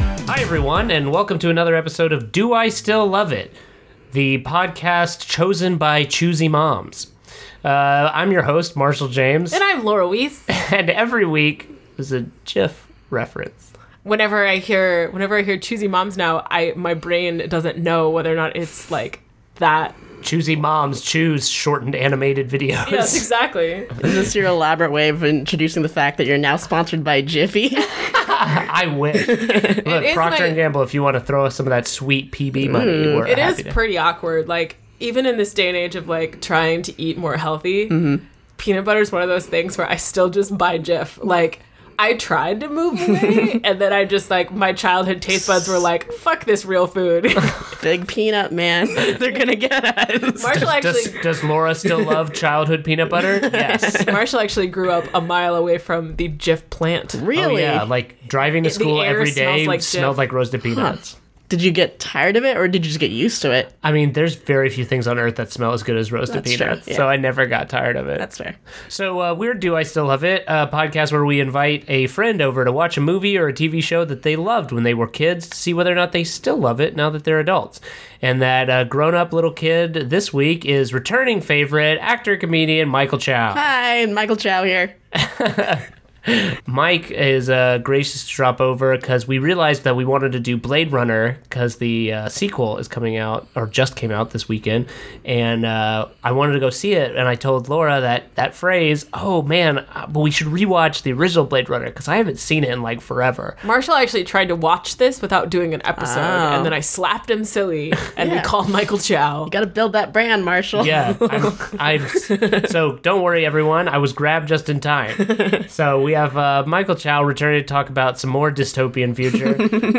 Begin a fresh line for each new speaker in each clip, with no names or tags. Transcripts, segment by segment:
everyone, and welcome to another episode of Do I Still Love It? The podcast chosen by choosy moms. Uh, I'm your host, Marshall James,
And I'm Laura Weiss.
and every week is a GIF reference.
Whenever I hear whenever I hear choosy moms now, I my brain doesn't know whether or not it's like that.
Choosy moms choose shortened animated videos.
Yes, exactly.
Is this your elaborate way of introducing the fact that you're now sponsored by Jiffy?
I wish. Look, Procter
is my- Mm,
and Gamble, if you want to throw us some of that sweet PB money, we're
It
happy
is
to-
pretty awkward. Like even in this day and age of like trying to eat more healthy, peanut butter is one of those things where I still just buy Jif. Like I tried to move away, and then I just like my childhood taste buds were like, "Fuck this real food."
Big peanut man. They're gonna get us.
Marshall
Does,
actually
does Laura still love childhood peanut butter? Yes.
Marshall actually grew up a mile away from the Jif plant.
really?
Oh, yeah, like driving to
the
school
air
every
smells
day
like
smelled
Jif.
like roasted peanuts.
did you get tired of it or did you just get used to it?
I mean, there's very few things on earth that smell as good as roasted
That's true,
peanuts,
yeah.
so I never got tired of it.
That's fair.
so uh, we're Do I Still Love It, a podcast where we invite a friend over to watch a movie or a TV show that they loved when they were kids to see whether or not they still love it now that they're adults. And that uh, grown-up little kid this week is returning favorite actor comedian Michael Chow.
Hi, Michael Chow here.
Mike is uh, gracious to drop over because we realized that we wanted to do Blade Runner because the uh, sequel is coming out or just came out this weekend, and uh, I wanted to go see it. And I told Laura that that phrase, "Oh man, uh, but we should rewatch the original Blade Runner because I haven't seen it in like forever."
Marshall actually tried to watch this without doing an episode, and then I slapped him silly, and we
Yeah.
called Michael Chow.
You gotta build that brand, Marshall.
Yeah, I'm, I'm, so don't worry, everyone. I was grabbed just in time. So we have uh, Michael Chow returning to talk about some more dystopian future,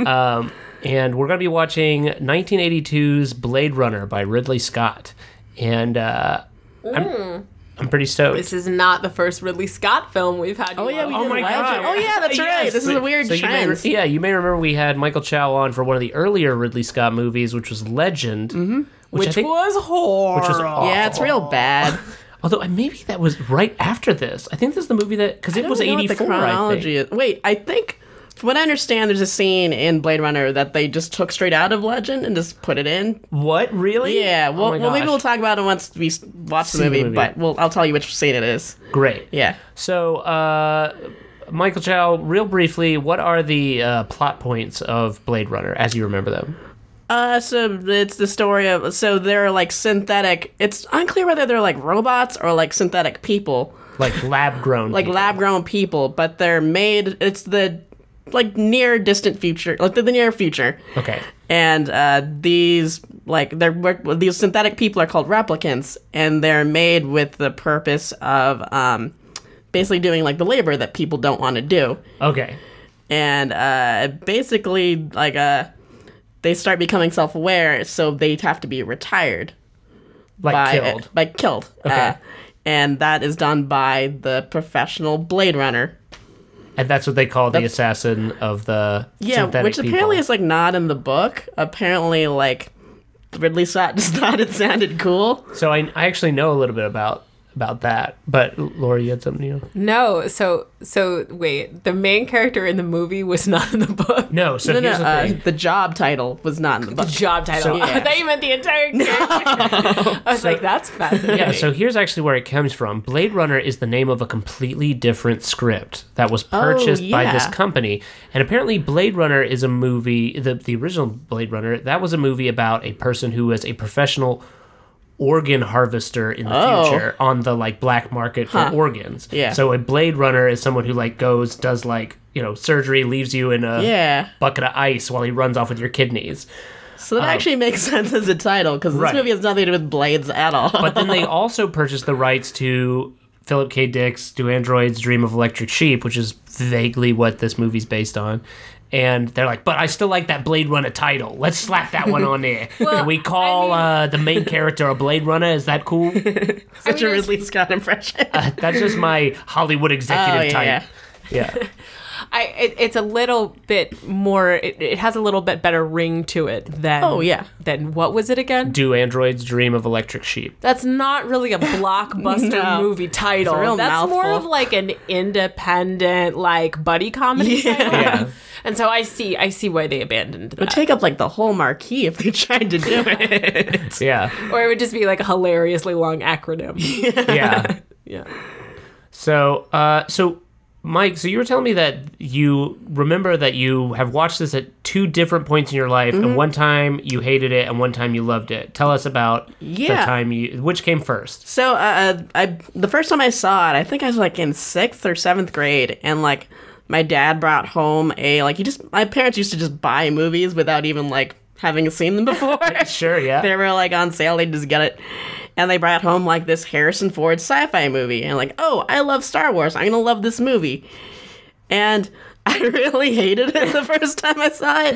um, and we're going to be watching 1982's Blade Runner by Ridley Scott, and uh,
Mm.
I'm I'm pretty stoked.
This is not the first Ridley Scott film we've had.
Oh yeah, we
Oh
did
my
Wild
God.
Jar- Oh yeah, that's
Yes.
right. This is a weird
So you may
trend.
re- yeah, you may remember we had Michael Chow on for one of the earlier Ridley Scott movies, which was Legend,
Mm-hmm.
which, I
which
think.
was horrible.
Which was awful.
yeah, it's real bad.
Although uh, maybe that was right after this. I think this is the movie that because it
I
was
don't know what
eighty
the
four. I think.
chronology is. Wait, I think from what I understand, there's a scene in Blade Runner that they just took straight out of Legend and just put it in.
What really?
Yeah, well,
oh my
well maybe
gosh.
we'll talk about it once we s- watch
See
the
the
movie,
movie.
but we'll, I'll tell you which scene it is.
Great.
Yeah.
So, uh, Michael Chow, real briefly, what are the uh, plot points of Blade Runner as you remember them?
Uh, so it's the story of so they're like synthetic. It's unclear whether they're like robots or like synthetic people,
Like lab grown.
like lab grown people, but they're made. It's the like near distant future, like the, the near future,
Okay.
and uh, these like they're we're- these synthetic people are called replicants, and they're made with the purpose of um, basically doing like the labor that people don't want to do.
Okay.
and uh, basically like uh, they start becoming self-aware so they have to be retired
Like
by
killed.
by killed
Okay.
uh, and that is done by the professional blade runner
and that's what they call the assassin of the
yeah
synthetic
which apparently
people.
is like not in the book apparently like ridley scott just thought it sounded cool
So I, I actually know a little bit about about that, but Laura, you had something new.
no, so so wait, the main character in the movie was not in the book.
No. So
no, no,
here's the
uh,
thing.
the job title was not in the book
Job title.
So-
I thought you meant the entire character. I was like, that's fascinating.
Yeah, so here's actually where it comes from. Blade Runner is the name of a completely different script that was purchased by this
Oh, yeah.
company. And apparently Blade Runner is a movie the the original Blade Runner, that was a movie about a person who was a professional organ harvester in the
Oh.
future on the like black market for organs.
Yeah.
So a Blade Runner is someone who like goes does like, you know, surgery, leaves you in a
yeah
bucket of ice while he runs off with your kidneys.
so that actually makes sense as a title because this
Oh. Right.
movie has nothing to do with blades at all
But then they also purchased the rights to Philip K. Dick's Do Androids Dream of Electric Sheep, which is vaguely what this movie's based on. And they're like, but I still like that Blade Runner title. Let's slap that one on there.
Well,
and we call uh, the main character a Blade Runner. Is that cool?
such
mean,
a
it's-
ridley scott impression
That's just my Hollywood executive
Oh, yeah,
type. Yeah.
I it, it's a little bit more. It, it has a little bit better ring to it than.
Oh, yeah.
Than what was it again?
Do androids dream of electric sheep?
That's not really a blockbuster
No.
movie title.
It's a real
That's more
mouthful.
of like an independent, like buddy comedy.
Yeah.
title.
Yeah.
And so I see, I see why they abandoned
It would
that.
take up like the whole marquee if they tried to do it.
Yeah.
or it would just be like a hilariously long acronym.
Yeah.
yeah.
So, uh, so Mike, so you were telling me that you remember that you have watched this at two different points in your life,
Mm-hmm.
and one time you hated it, and one time you loved it. Tell us about the
Yeah.
time you which came first.
So uh, I the first time I saw it, I think I was like in sixth or seventh grade, and like my dad brought home a like he just my parents used to just buy movies without even like having seen them before.
Sure. Yeah.
they were like on sale, they just get it, and they brought home like this Harrison Ford sci-fi movie, and like oh I love Star Wars, I'm gonna love this movie, and. I really hated it the first time I saw it.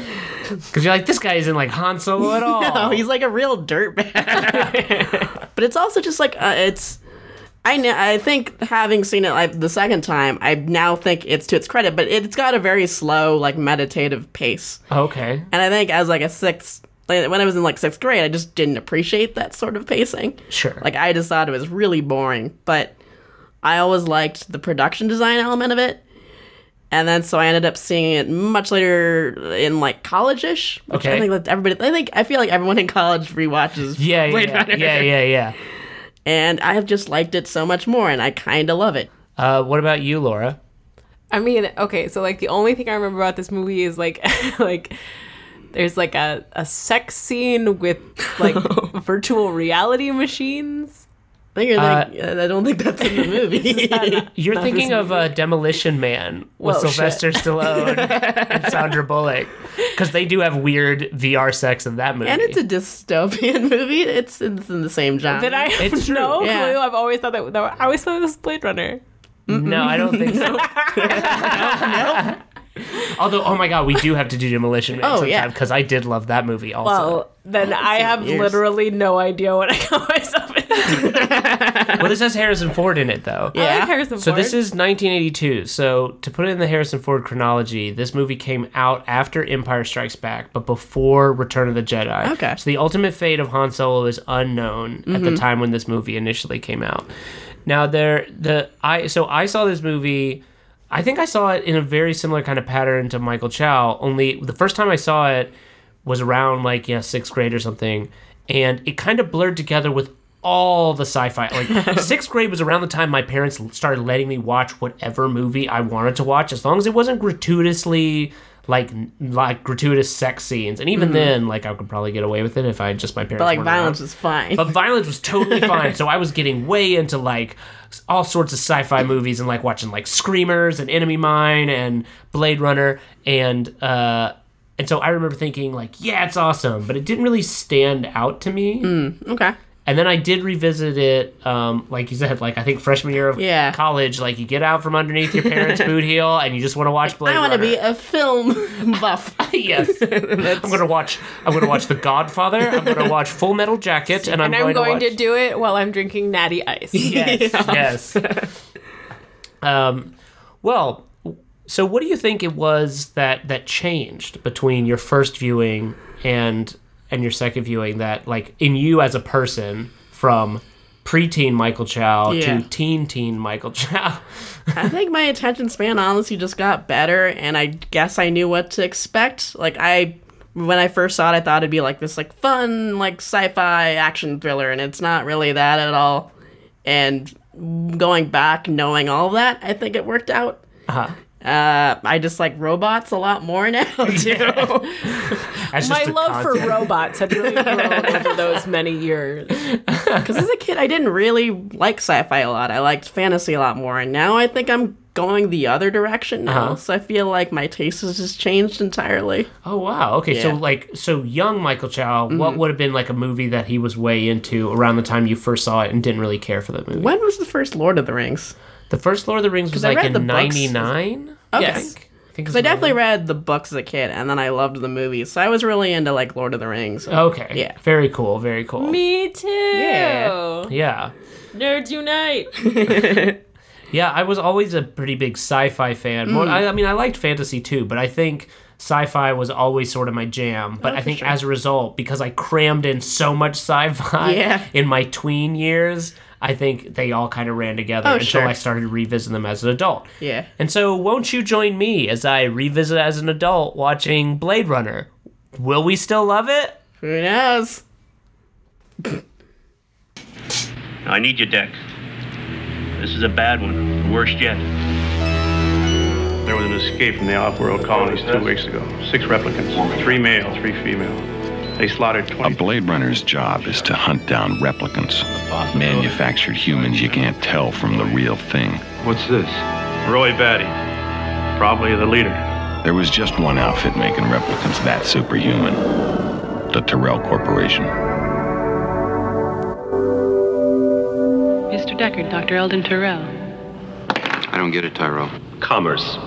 Because you're like, this guy isn't like Han Solo at all.
No, he's like a real dirtbag. but it's also just like uh, it's. I know. I think having seen it like the second time, I now think it's to its credit. But it's got a very slow, like meditative pace.
okay.
And I think as like a sixth, like, when I was in like sixth grade, I just didn't appreciate that sort of pacing.
Sure.
Like I just thought it was really boring. But I always liked the production design element of it. And then so I ended up seeing it much later in like college ish. Which
Okay.
I think that everybody I think I feel like everyone in college rewatches
yeah,
Blade
yeah,
Runner.
yeah, yeah, yeah.
And I have just liked it so much more and I kinda love it.
Uh, what about you, Laura?
I mean, okay, so like the only thing I remember about this movie is like like there's like a, a sex scene with like virtual reality machines.
I think you're
Uh,
like I don't think that's in the movie.
You're thinking of uh, Demolition Man with
Whoa,
Sylvester Stallone and Sandra Bullock, because they do have weird VR sex in that movie.
and it's a dystopian movie. It's it's in the same genre.
That I have
It's true.
no
Yeah.
clue. I've always thought that, that I always thought it was Blade Runner.
no, I don't think so. Although, oh my god, we do have to do Demolition Man
Oh,
sometime
yeah.
because I did love that movie also.
Well, then I have
in years.
literally no idea what I got myself into.
Well, this has Harrison Ford in it though.
I
Yeah.
like Harrison
So this
Ford.
is 1982. So to put it in the Harrison Ford chronology, this movie came out after Empire Strikes Back, but before Return of the Jedi.
Okay.
So the ultimate fate of Han Solo is unknown at
Mm-hmm.
the time when this movie initially came out. Now there the I so I saw this movie I think I saw it in a very similar kind of pattern to Michael Chow, only the first time I saw it was around like yeah, 6th grade or something, and it kind of blurred together with all the sci-fi like 6th grade was around the time my parents started letting me watch whatever movie I wanted to watch as long as it wasn't gratuitously like like gratuitous sex scenes and even then like I could probably get away with it if I just my parents
Mm-hmm. but like
weren't around.
violence is fine.
But violence was totally fine. So I was getting way into like s- all sorts of sci-fi movies and like watching like Screamers and Enemy Mine and Blade Runner and uh and so I remember thinking like yeah it's awesome, but it didn't really stand out to me.
okay.
And then I did revisit it, um, like you said, like I think freshman year of
Yeah.
college, like you get out from underneath your parents' boot heel and you just want to watch Blade
I want to
Runner.
be a film buff.
yes. I'm gonna watch. I'm gonna watch The Godfather. I'm gonna watch Full Metal Jacket, and I'm
and I'm going
to
to,
watch-
do it while I'm drinking natty ice.
Yes. Yes. um, well, so what do you think it was that that changed between your first viewing and and your second viewing that like in you as a person from preteen Michael Chow
Yeah.
to teen teen Michael Chow?
I think my attention span honestly just got better, and I guess I knew what to expect. Like I, when I first saw it, I thought it'd be like this like fun like sci-fi action thriller, and it's not really that at all. And going back, knowing all that, I think it worked out.
Uh-huh.
Uh, I just like robots a lot more now too.
That's
My
just a
love for
concept.
robots had really grown over those many years.
Because as a kid, I didn't really like sci-fi a lot. I liked fantasy a lot more, and now I think I'm going the other direction now.
Uh-huh.
So I feel like my taste has just changed entirely.
Oh wow. Okay. So
Yeah.
like so young Michael Chow, what would have been like a movie that he was way into around the time you first saw it and didn't really care for the movie?
When was the first Lord of the Rings?
The first Lord of the Rings was
I
like
read
in
the books.
'99.
Okay.
I think. I think it was
So I definitely read the books as a kid, and then I loved the movies. So I was really into like Lord of the Rings.
Okay.
Yeah.
Very cool. Very cool.
Me too.
Yeah.
Yeah.
Nerds unite.
Yeah, I was always a pretty big sci-fi fan. More,
Mm.
I, I mean, I liked fantasy too, but I think sci-fi was always sort of my jam.
Oh,
But I think as a result, because I crammed in so much sci-fi
Yeah.
in my tween years, I think they all kind of ran together
Oh,
until
sure.
I started to revisit them as an adult.
Yeah.
And so, won't you join me as I revisit as an adult watching Blade Runner? Will we still love it?
Who knows?
I need your deck. This is a bad one. The worst yet.
There was an escape from the off-world colonies two weeks ago. Six replicants, three male, three female. They slaughtered
A
20.
Blade Runner's job is to hunt down replicants, manufactured humans you can't tell from the real thing.
What's this? Roy Batty, probably the leader.
There was just one outfit making replicants that superhuman the Terrell Corporation.
Mr. Deckard, Dr. Eldon Terrell.
I don't get it, Tyrell.
Commerce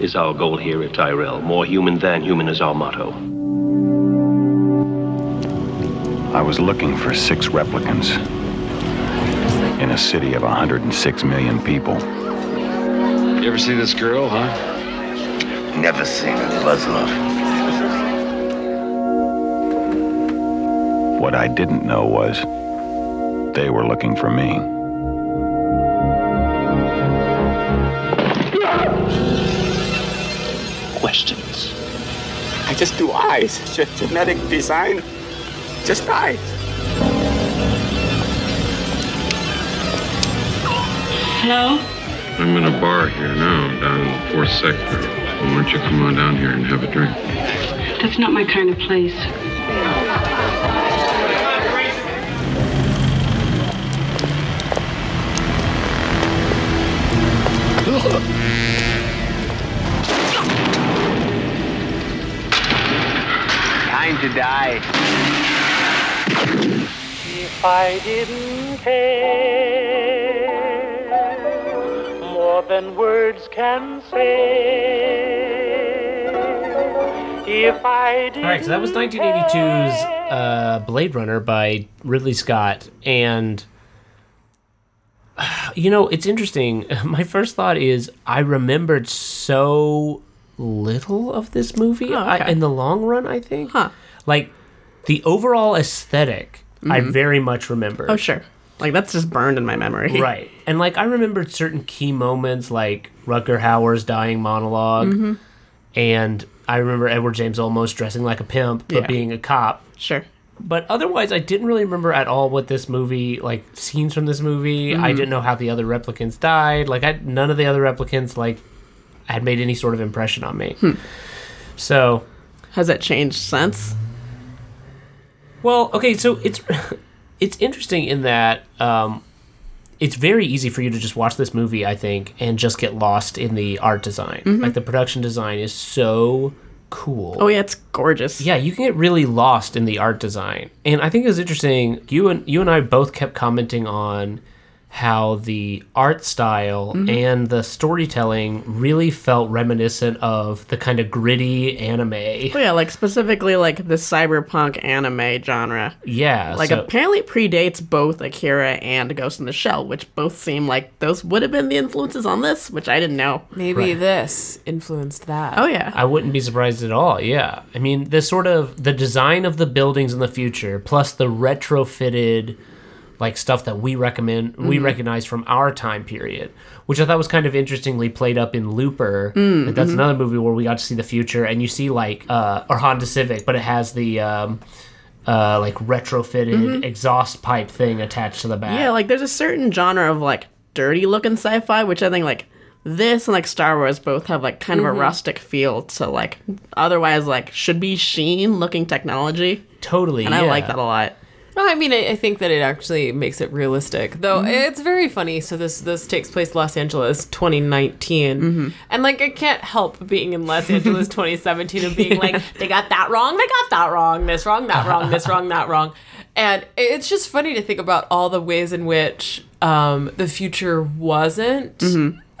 is our goal here at Tyrell. More human than human is our motto.
I was looking for six replicants in a city of 106 million people.
You ever see this girl, huh?
Never seen a buzz off.
What I didn't know was they were looking for me.
Questions.
I just do eyes. Ge- genetic design. Just eyes.
Hello?
I'm in a bar here now, down in the fourth sector. Why don't you come on down here and have a drink?
That's not my kind of place.
Time to die.
If I didn't care more than words can say. If I didn't
All right, so that was 1982's uh, Blade Runner by Ridley Scott, and you know it's interesting. My first thought is I remembered so little of this movie I-
Oh, okay.
in the long run. I think,
Huh.
like the overall esthetic I very much remember.
Mm-hmm. Oh, sure. Like, that's just burned in my memory.
Right. And like I remembered certain key moments like Rutger Hauer's dying monolog
Mm-hmm.
and I remember Edward James almost dressing like a pimp but
Yeah.
being a cop.
Sure.
But otherwise I didn't really remember at all what this movie like scenes from this movie. I didn't know how the other replicants died. Like I none of the other replicants like had made any sort of impression on me. So
Has that changed since?
Well, okay, so it's it's interesting in that um, it's very easy for you to just watch this movie, I think, and just get lost in the art design. Like the production design is so cool.
Oh, yeah, it's gorgeous.
Yeah, you can get really lost in the art design. And I think it was interesting. You and you and I both kept commenting on how the art style and the storytelling really felt reminiscent of the kind of gritty anime.
Oh, yeah, like, specifically, like, the cyberpunk anime genre.
Yeah,
Like,
so-
apparently it predates both Akira and Ghost in the Shell, which both seem like those would have been the influences on this, which I didn't know.
Maybe this influenced that.
Oh, yeah.
I wouldn't be surprised at all. Yeah. I mean, the sort of the design of the buildings in the future plus the retrofitted like stuff that we recommend we
Mm-hmm.
recognize from our time period, which I thought was kind of interestingly played up in Looper. Like,
Mm-hmm.
that's another movie where we got to see the future and you see like uh or Honda Civic, but it has the um uh, like retrofitted exhaust pipe thing attached to the back.
Mm-hmm. Yeah, like there's a certain genre of like dirty looking sci-fi, which I think like this and like Star Wars both have like kind of a rustic feel to like otherwise like should be sheen looking technology,
totally.
and I
yeah.
like that a lot.
No, I mean, I, I think that it actually makes it realistic, though. It's very funny. So this this takes place Los Angeles, 2019, and like I can't help being in Los Angeles, 2017, and being like, they got that wrong, they got that wrong, this wrong, that wrong, this wrong, that wrong, and it's just funny to think about all the ways in which um, the future wasn't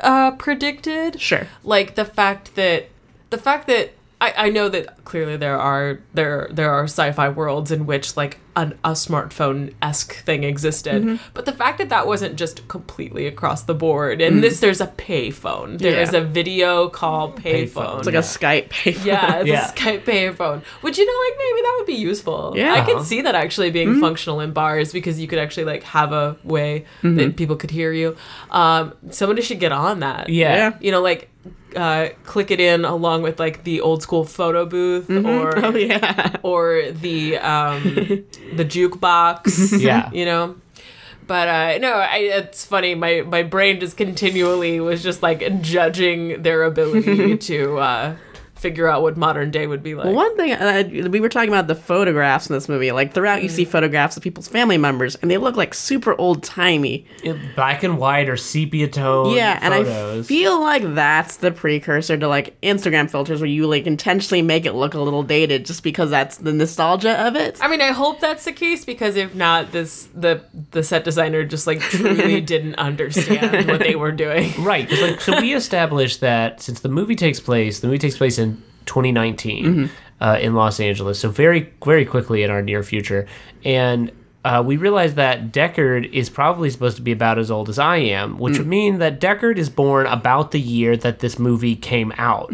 uh, predicted
Sure.
like the fact that the fact that I, I know that clearly there are there there are sci-fi worlds in which like an, a smartphone esque thing existed,
Mhm.
but the fact that that wasn't just completely across the board. And this, there's a payphone. There is
Mm. Yeah.
a video call payphone.
It's like a Skype payphone.
Yeah, it's
Yeah.
a Skype payphone. Which you know, like maybe that would be useful.
Yeah.
I could see that actually being
Mhm.
functional in bars because you could actually like have a way
Mhm.
that people could hear you. Um, somebody should get on that.
Yeah. Yeah.
you know, like uh, click it in along with like the old school photo booth
Mhm.
or
Oh, yeah.
or the um, the jukebox.
Yeah.
you know. But uh, no, I, it's funny. My my brain just continually was just like judging their ability to uh, figure out what modern day would be like.
Well, one thing uh, we were talking about the photographs in this movie. Like throughout, you see photographs of people's family members, and they look like super old timey.
Black and white or sepia tone.
yeah, and I
photos.
feel like that's the precursor to like Instagram filters, where you like intentionally make it look a little dated, just because that's the nostalgia of it.
I mean, I hope that's the case because if not, this the the set designer just like truly didn't understand what they were doing.
Right. 'cause, like, so we established that since the movie takes place, the movie takes place in 2019
Mhm.
uh, in Los Angeles. So very, very quickly in our near future. And uh, we realized that Deckard is probably supposed to be about as old as I am, which would mean that Deckard is born about the year that this movie came out.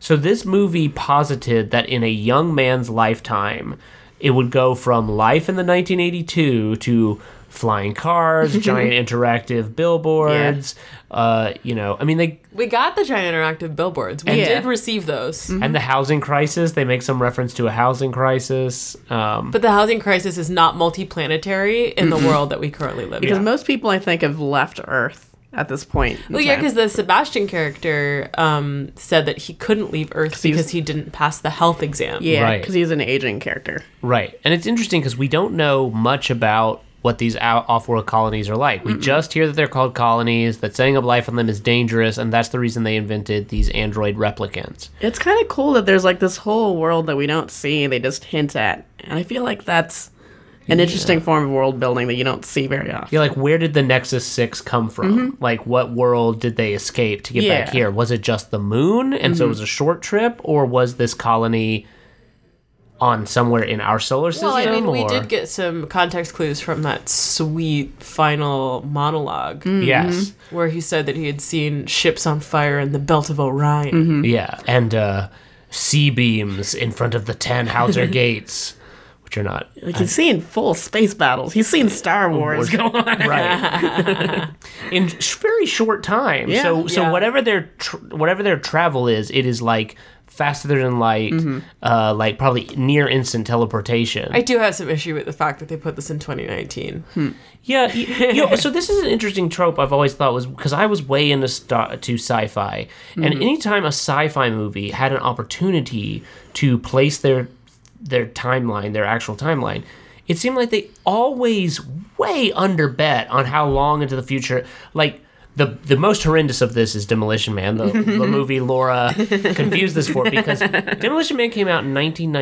So this movie posited that in a young man's lifetime, it would go from life in the 1982 to flying cars, giant interactive billboards. Uh, you know, I mean, they
We got the giant interactive billboards. We
And-
did receive those.
and the housing crisis. They make some reference to a housing crisis. Um,
but the housing crisis is not multiplanetary in the
Mhm.
world that we currently live
because
in.
most people, I think, have left Earth at this point. in
Well, yeah,
time.
because the Sebastian character um, said that he couldn't leave Earth
he was-
because he didn't pass the health exam.
yeah,
Right.
because he's an aging character.
Right. And it's interesting because we don't know much about what these out- off-world colonies are like. We just hear that they're called colonies, that setting up life on them is dangerous, and that's the reason they invented these android replicants.
It's kind of cool that there's like this whole world that we don't see and they just hint at. And I feel like that's an interesting form of world building that you don't see very often.
You're like, where did the Nexus 6 come from?
Mm-hmm.
Like, what world did they escape to get back
Yeah.
here? Was it just the moon, and so it
Mm-hmm.
Mhm.
was a short trip, or was this colony on somewhere in our solar system?
Well, I mean, we
or-
did get some context clues from that sweet final monolog
Mm.
Mhm. Yes.
Where he said that he had seen ships on fire in the belt of
Mm-hmm.
Orion.
Yeah, and uh, sea beams in front of the Tannhauser gates, which are not.
Like he's seen full space battles. He's seen
Oh,
Star Wars
Wars.
go on.
Right. in sh- very short time.
Yeah.
So so
Yeah.
whatever their tr- whatever their travel is, it is like faster than light,
Mm-hmm.
Mhm.
uh, like probably near instant teleportation.
I do have some issue with the fact that they put this in 2019.
Hmm.
Yeah, y- you know, so this is an interesting trope I've always thought was because I was way into star- to sci-fi, and
Mhm.
anytime a sci-fi movie had an opportunity to place their their timeline, their actual timeline, it seemed like they always way under bet on how long into the future. Like the the most horrendous of this is Demolition Man, the, the movie Laura confused this for because Demolition Man came out in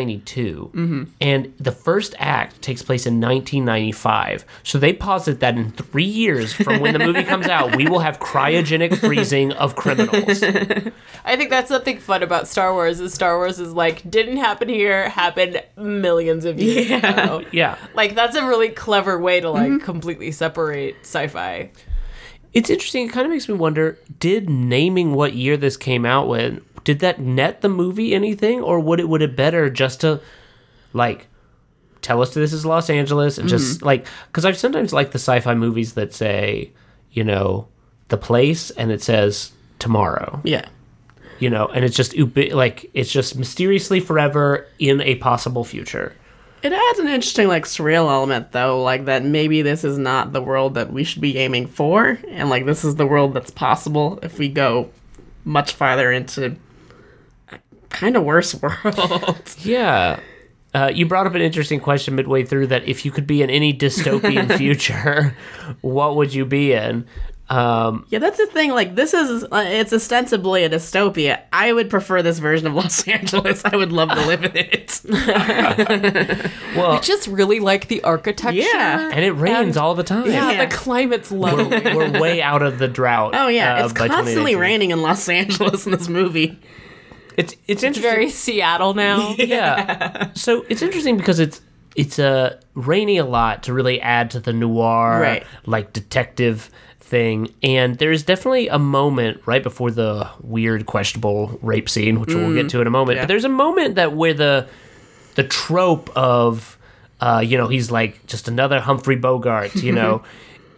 1992 and the first act takes place in 1995. So they posit that in three years from when the movie comes out, we will have cryogenic freezing of criminals.
I think that's something fun about Star Wars is Star Wars is like didn't happen here, happened millions of years ago.
Yeah.
Like that's a really clever way to like completely separate sci-fi.
It's interesting. It kind of makes me wonder did naming what year this came out when, did that net the movie anything? Or would it, would it better just to, like, tell us this is Los Angeles and just,
Mhm.
like, because I've sometimes liked the sci fi movies that say, you know, the place and it says tomorrow.
Yeah.
you know and it's just ubi- like it's just mysteriously forever in a possible future
It adds an interesting like surreal element though, like that maybe this is not the world that we should be aiming for, and like this is the world that's possible if we go much farther into a kind of worse world.
yeah uh, you brought up an interesting question midway through that if you could be in any dystopian future what would you be in um,
Yeah, that's the thing. Like, this is, uh, it's ostensibly a dystopia. I would prefer this version of Los Angeles. I would love to live in it.
well,
I just really like the architecture. Yeah.
and it rains all the time
Yeah, the climate's lovely.
we're, we're way out of the drought
Oh, yeah.
uh,
it's
by
constantly
2019.
raining in Los Angeles in this movie.
It's it's
It's
interesting.
very Seattle now.
yeah. So it's interesting because it's it's uh rainy a lot to really add to the noir
Right.
like detective thing and there is definitely a moment right before the weird questionable rape scene which we'll get
Mm.
to in a moment
Yeah.
but there's a moment that where the the trope of uh you know he's like just another Humphrey Bogart you know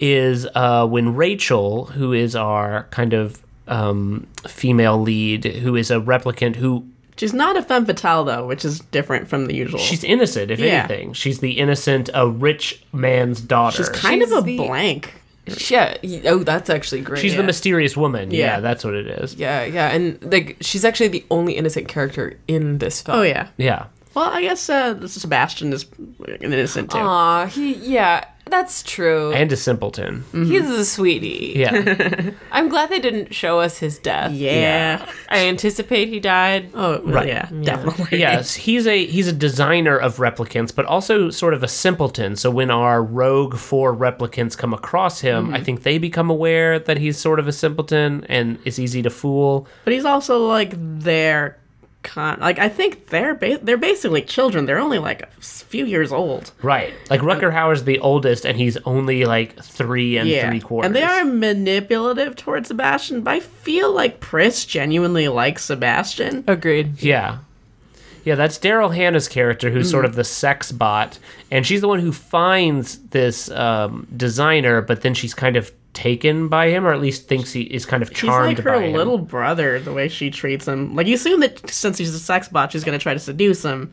is uh, when Rachel, who is our kind of um, female lead, who is a replicant who
She's not a femme fatale though, which is different from the usual.
she's innocent, if
Yeah.
anything. She's the innocent, a rich man's daughter.
She's kind of a blank.
Yeah. y- Oh, that's actually great.
She's the mysterious woman. Yeah.
Yeah.
that's what it is.
Yeah, yeah, and like she's actually the only innocent character in this film.
Oh, yeah.
Yeah.
Well, I guess uh, Sebastian is an innocent too.
Aw, he yeah, that's true.
And a simpleton.
Mm-hmm.
He's a sweetie.
Yeah.
I'm glad they didn't show us his death.
Yeah.
I anticipate he died.
Oh,
Right. yes, he's a he's a designer of replicants, but also sort of a simpleton. So when our rogue four replicants come across him,
Mhm.
I think they become aware that he's sort of a simpleton and is easy to fool.
But he's also like their con. Like I think they're ba- they're basically children. They're only like a few years old.
Right. Like Rucker Hauer's the oldest, and he's only like three and three quarters.
And they are manipulative towards Sebastian, but I feel like Pris genuinely likes Sebastian.
Agreed.
Yeah. Yeah, that's Daryl Hannah's character, who's sort
Mhm.
of the sex bot, and she's the one who finds this um, designer, but then she's kind of taken by him, or at least thinks he is kind of
She's
charmed
like her
by him.
little brother, the way she treats him. Like you assume that since he's a sex bot, she's gonna try to seduce him.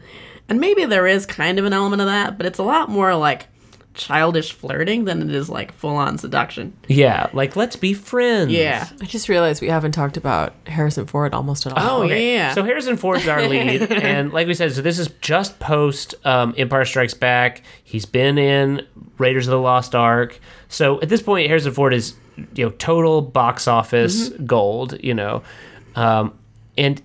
And maybe there is kind of an element of that, but it's a lot more like childish flirting than it is like full on seduction.
Yeah, like let's be friends.
Yeah.
I just realized we haven't talked about Harrison Ford almost at
Oh,
all.
Okay. So Harrison Ford's our lead, and like we said, so this is just post um, Empire Strikes Back. He's been in Raiders of the Lost Ark. So at this point, Harrison Ford is you know total box office
Mm-hmm.
gold. You know, um, and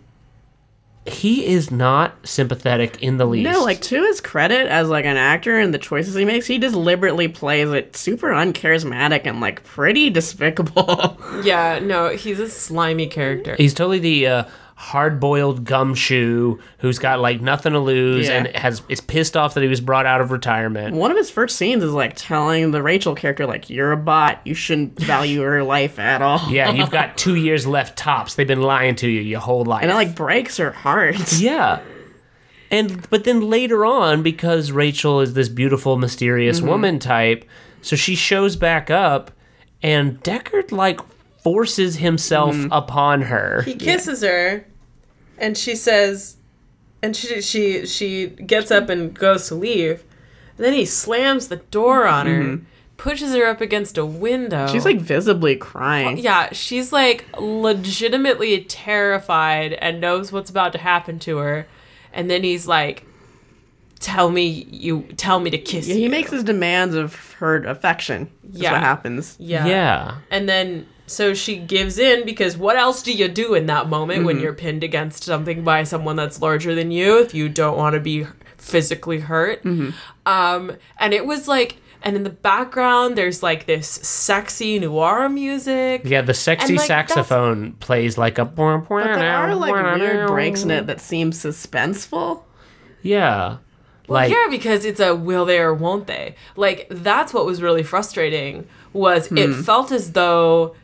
he is not sympathetic in the least.
No, like to his credit as like an actor and the choices he makes, he deliberately plays it super uncharismatic and like pretty despicable.
Yeah, no, he's a slimy character.
He's totally the uh, hard-boiled gumshoe who's got like nothing to lose
Yeah.
and has is pissed off that he was brought out of retirement.
One of his first scenes is like telling the Rachel character, like, you're a bot, you shouldn't value your life at all.
Yeah, you've got two years left tops. They've been lying to you your whole life.
And it like breaks her heart.
Yeah. And but then later on, because Rachel is this beautiful, mysterious
Mhm.
woman type, so she shows back up and Deckard like forces himself upon her.
He kisses her, and she says, and she she she gets up and goes to leave. And then he slams the door on her,
Mhm.
pushes her up against a window.
She's like visibly crying.
yeah, she's like legitimately terrified and knows what's about to happen to her. And then he's like, "Tell me you, tell me to kiss
Yeah,
you."
he makes his demands of her affection. Is
Yeah.
what happens.
Yeah. And then so she gives in because what else do you do in that moment when
Mhm.
you're pinned against something by someone that's larger than you if you don't want to be physically hurt?
Mhm.
Um and it was like and in the background there's like this sexy noir music.
Yeah, the sexy
And, like, that's-
saxophone plays like a
But there are like weird breaks in it that seem suspenseful.
Yeah.
Well,
Like
yeah, because it's a will they or won't they. Like that's what was really frustrating was it
Hmm.
felt as though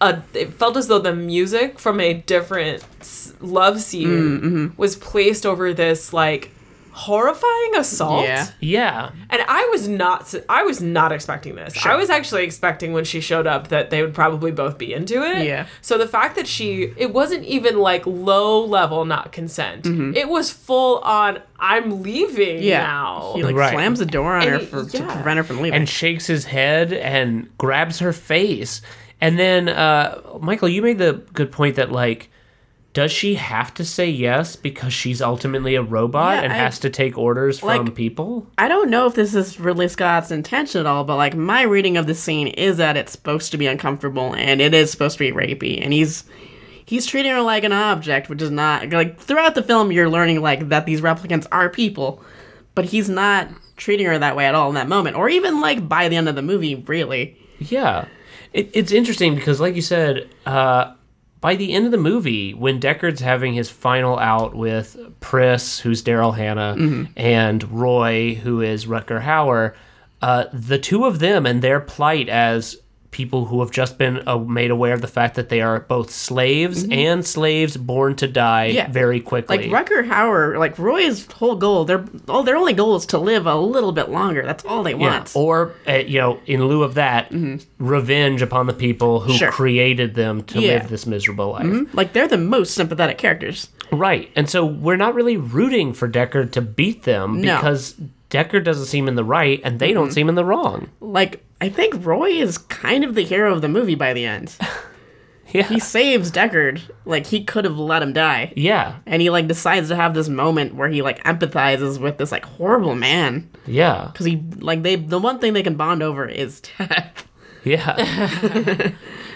a, it felt as though the music from a different s- love scene
Mm, mhm.
was placed over this like horrifying assault.
Yeah.
Yeah.
And I was not s- I was not expecting this. I was actually expecting when she showed up that they would probably both be into it.
Yeah.
So the fact that she it wasn't even like low level not consent.
Mhm.
It was full on I'm leaving
Yeah.
now.
He like
Right.
slams the door on
And
her
he-
for, to
yeah.
prevent her from leaving.
and shakes his head and grabs her face. And then, uh, Michael, you made the good point that, like, does she have to say yes because she's ultimately a robot
Yeah,
and
I-
has to take orders from
like-
people?
I don't know if this is Ridley Scott's intention at all, but like my reading of the scene is that it's supposed to be uncomfortable and it is supposed to be rapey, and he's he's treating her like an object, which is not like throughout the film you're learning like that these replicants are people, but he's not treating her that way at all in that moment, or even like by the end of the movie, really.
Yeah, it, it's interesting because, like you said, uh, by the end of the movie, when Deckard's having his final out with Priss, who's Daryl Hannah,
Mhm.
and Roy, who is Rutger Hauer, uh, the two of them and their plight as people who have just been uh, made aware of the fact that they are both slaves
Mhm.
and slaves born to die
Yeah.
very quickly.
Like Rucker Hauer, like Roy's whole goal, their oh, their only goal is to live a little bit longer. That's all they
Yeah,
want.
Or, uh, you know, in lieu of that, revenge upon the people who
Mm-hmm. Sure.
created them to
Yeah.
live this miserable life.
Mhm. Like they're the most sympathetic characters.
Right. And so we're not really rooting for Deckard to beat them
No.
because Deckard doesn't seem in the right and they don't
Mhm.
seem in the wrong.
Like I think Roy is kind of the hero of the movie by the end.
yeah.
He saves Deckard. Like he could have let him die.
Yeah.
And he like decides to have this moment where he like empathizes with this like horrible man.
Yeah.
Cause he like they the one thing they can bond over is death.
Yeah.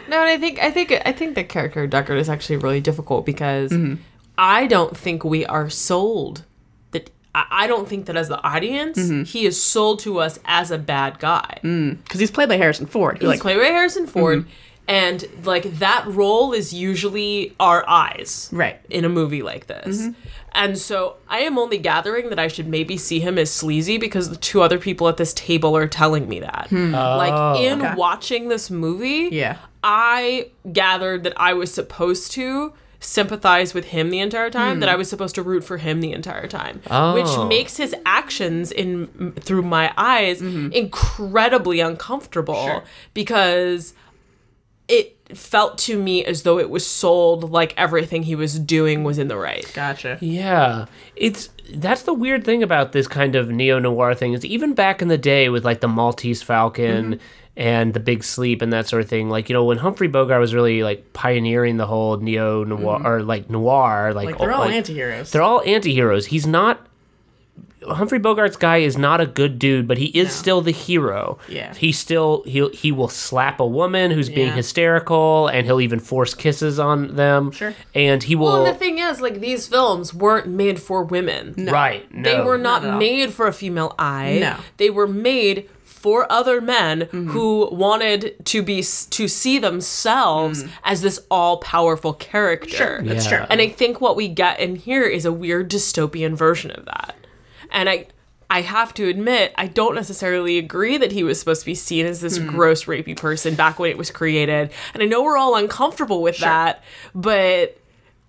No, and I think I think I think the character of Deckard is actually really difficult because
Mhm.
I don't think we are sold that I I don't think that as the audience
Mhm.
he is sold to us as a bad guy.
Because he's played by Harrison Ford.
He's
like,
played by Harrison Ford,
Mhm.
and like that role is usually our eyes,
right,
in a movie like this.
Mhm.
And so I am only gathering that I should maybe see him as sleazy because the two other people at this table are telling me that.
Hmm.
Like
Oh.
in
Okay.
watching this movie,
Yeah.
I gathered that I was supposed to sympathize with him the entire time,
Hmm.
that I was supposed to root for him the entire time,
Oh.
which makes his actions in through my eyes
Mm-hmm.
incredibly uncomfortable
Sure.
because it felt to me as though it was sold like everything he was doing was in the right.
Gotcha.
Yeah. It's that's the weird thing about this kind of neo noir thing is even back in the day with like the Maltese
Mm-hmm.
Falcon and the Big Sleep and that sort of thing, like, you know, when Humphrey Bogart was really like pioneering the whole neo noir
Mhm.
or like noir, like,
like they're all
like-
anti-heroes.
They're all anti-heroes. He's not Humphrey Bogart's guy is not a good dude, but he is still the hero.
Yeah.
He still he he will slap a woman who's being
Yeah.
hysterical and he'll even force kisses on them. Sure. And he will
Well, and the thing is, like these films weren't made for women.
No. Right,
They
no.
were
Not
not,
at all.
made for a female eye.
No. Mm-hmm.
They were made for other men who wanted to be s- to see
Mm.
themselves as this all-powerful character.
Sure, that's Yeah. true.
And I think what we get in here is a weird dystopian version of that. And I I have to admit, I don't necessarily agree that he was supposed to be seen as this
Hmm.
gross rapey person back when it was created. And I know we're all uncomfortable with that, but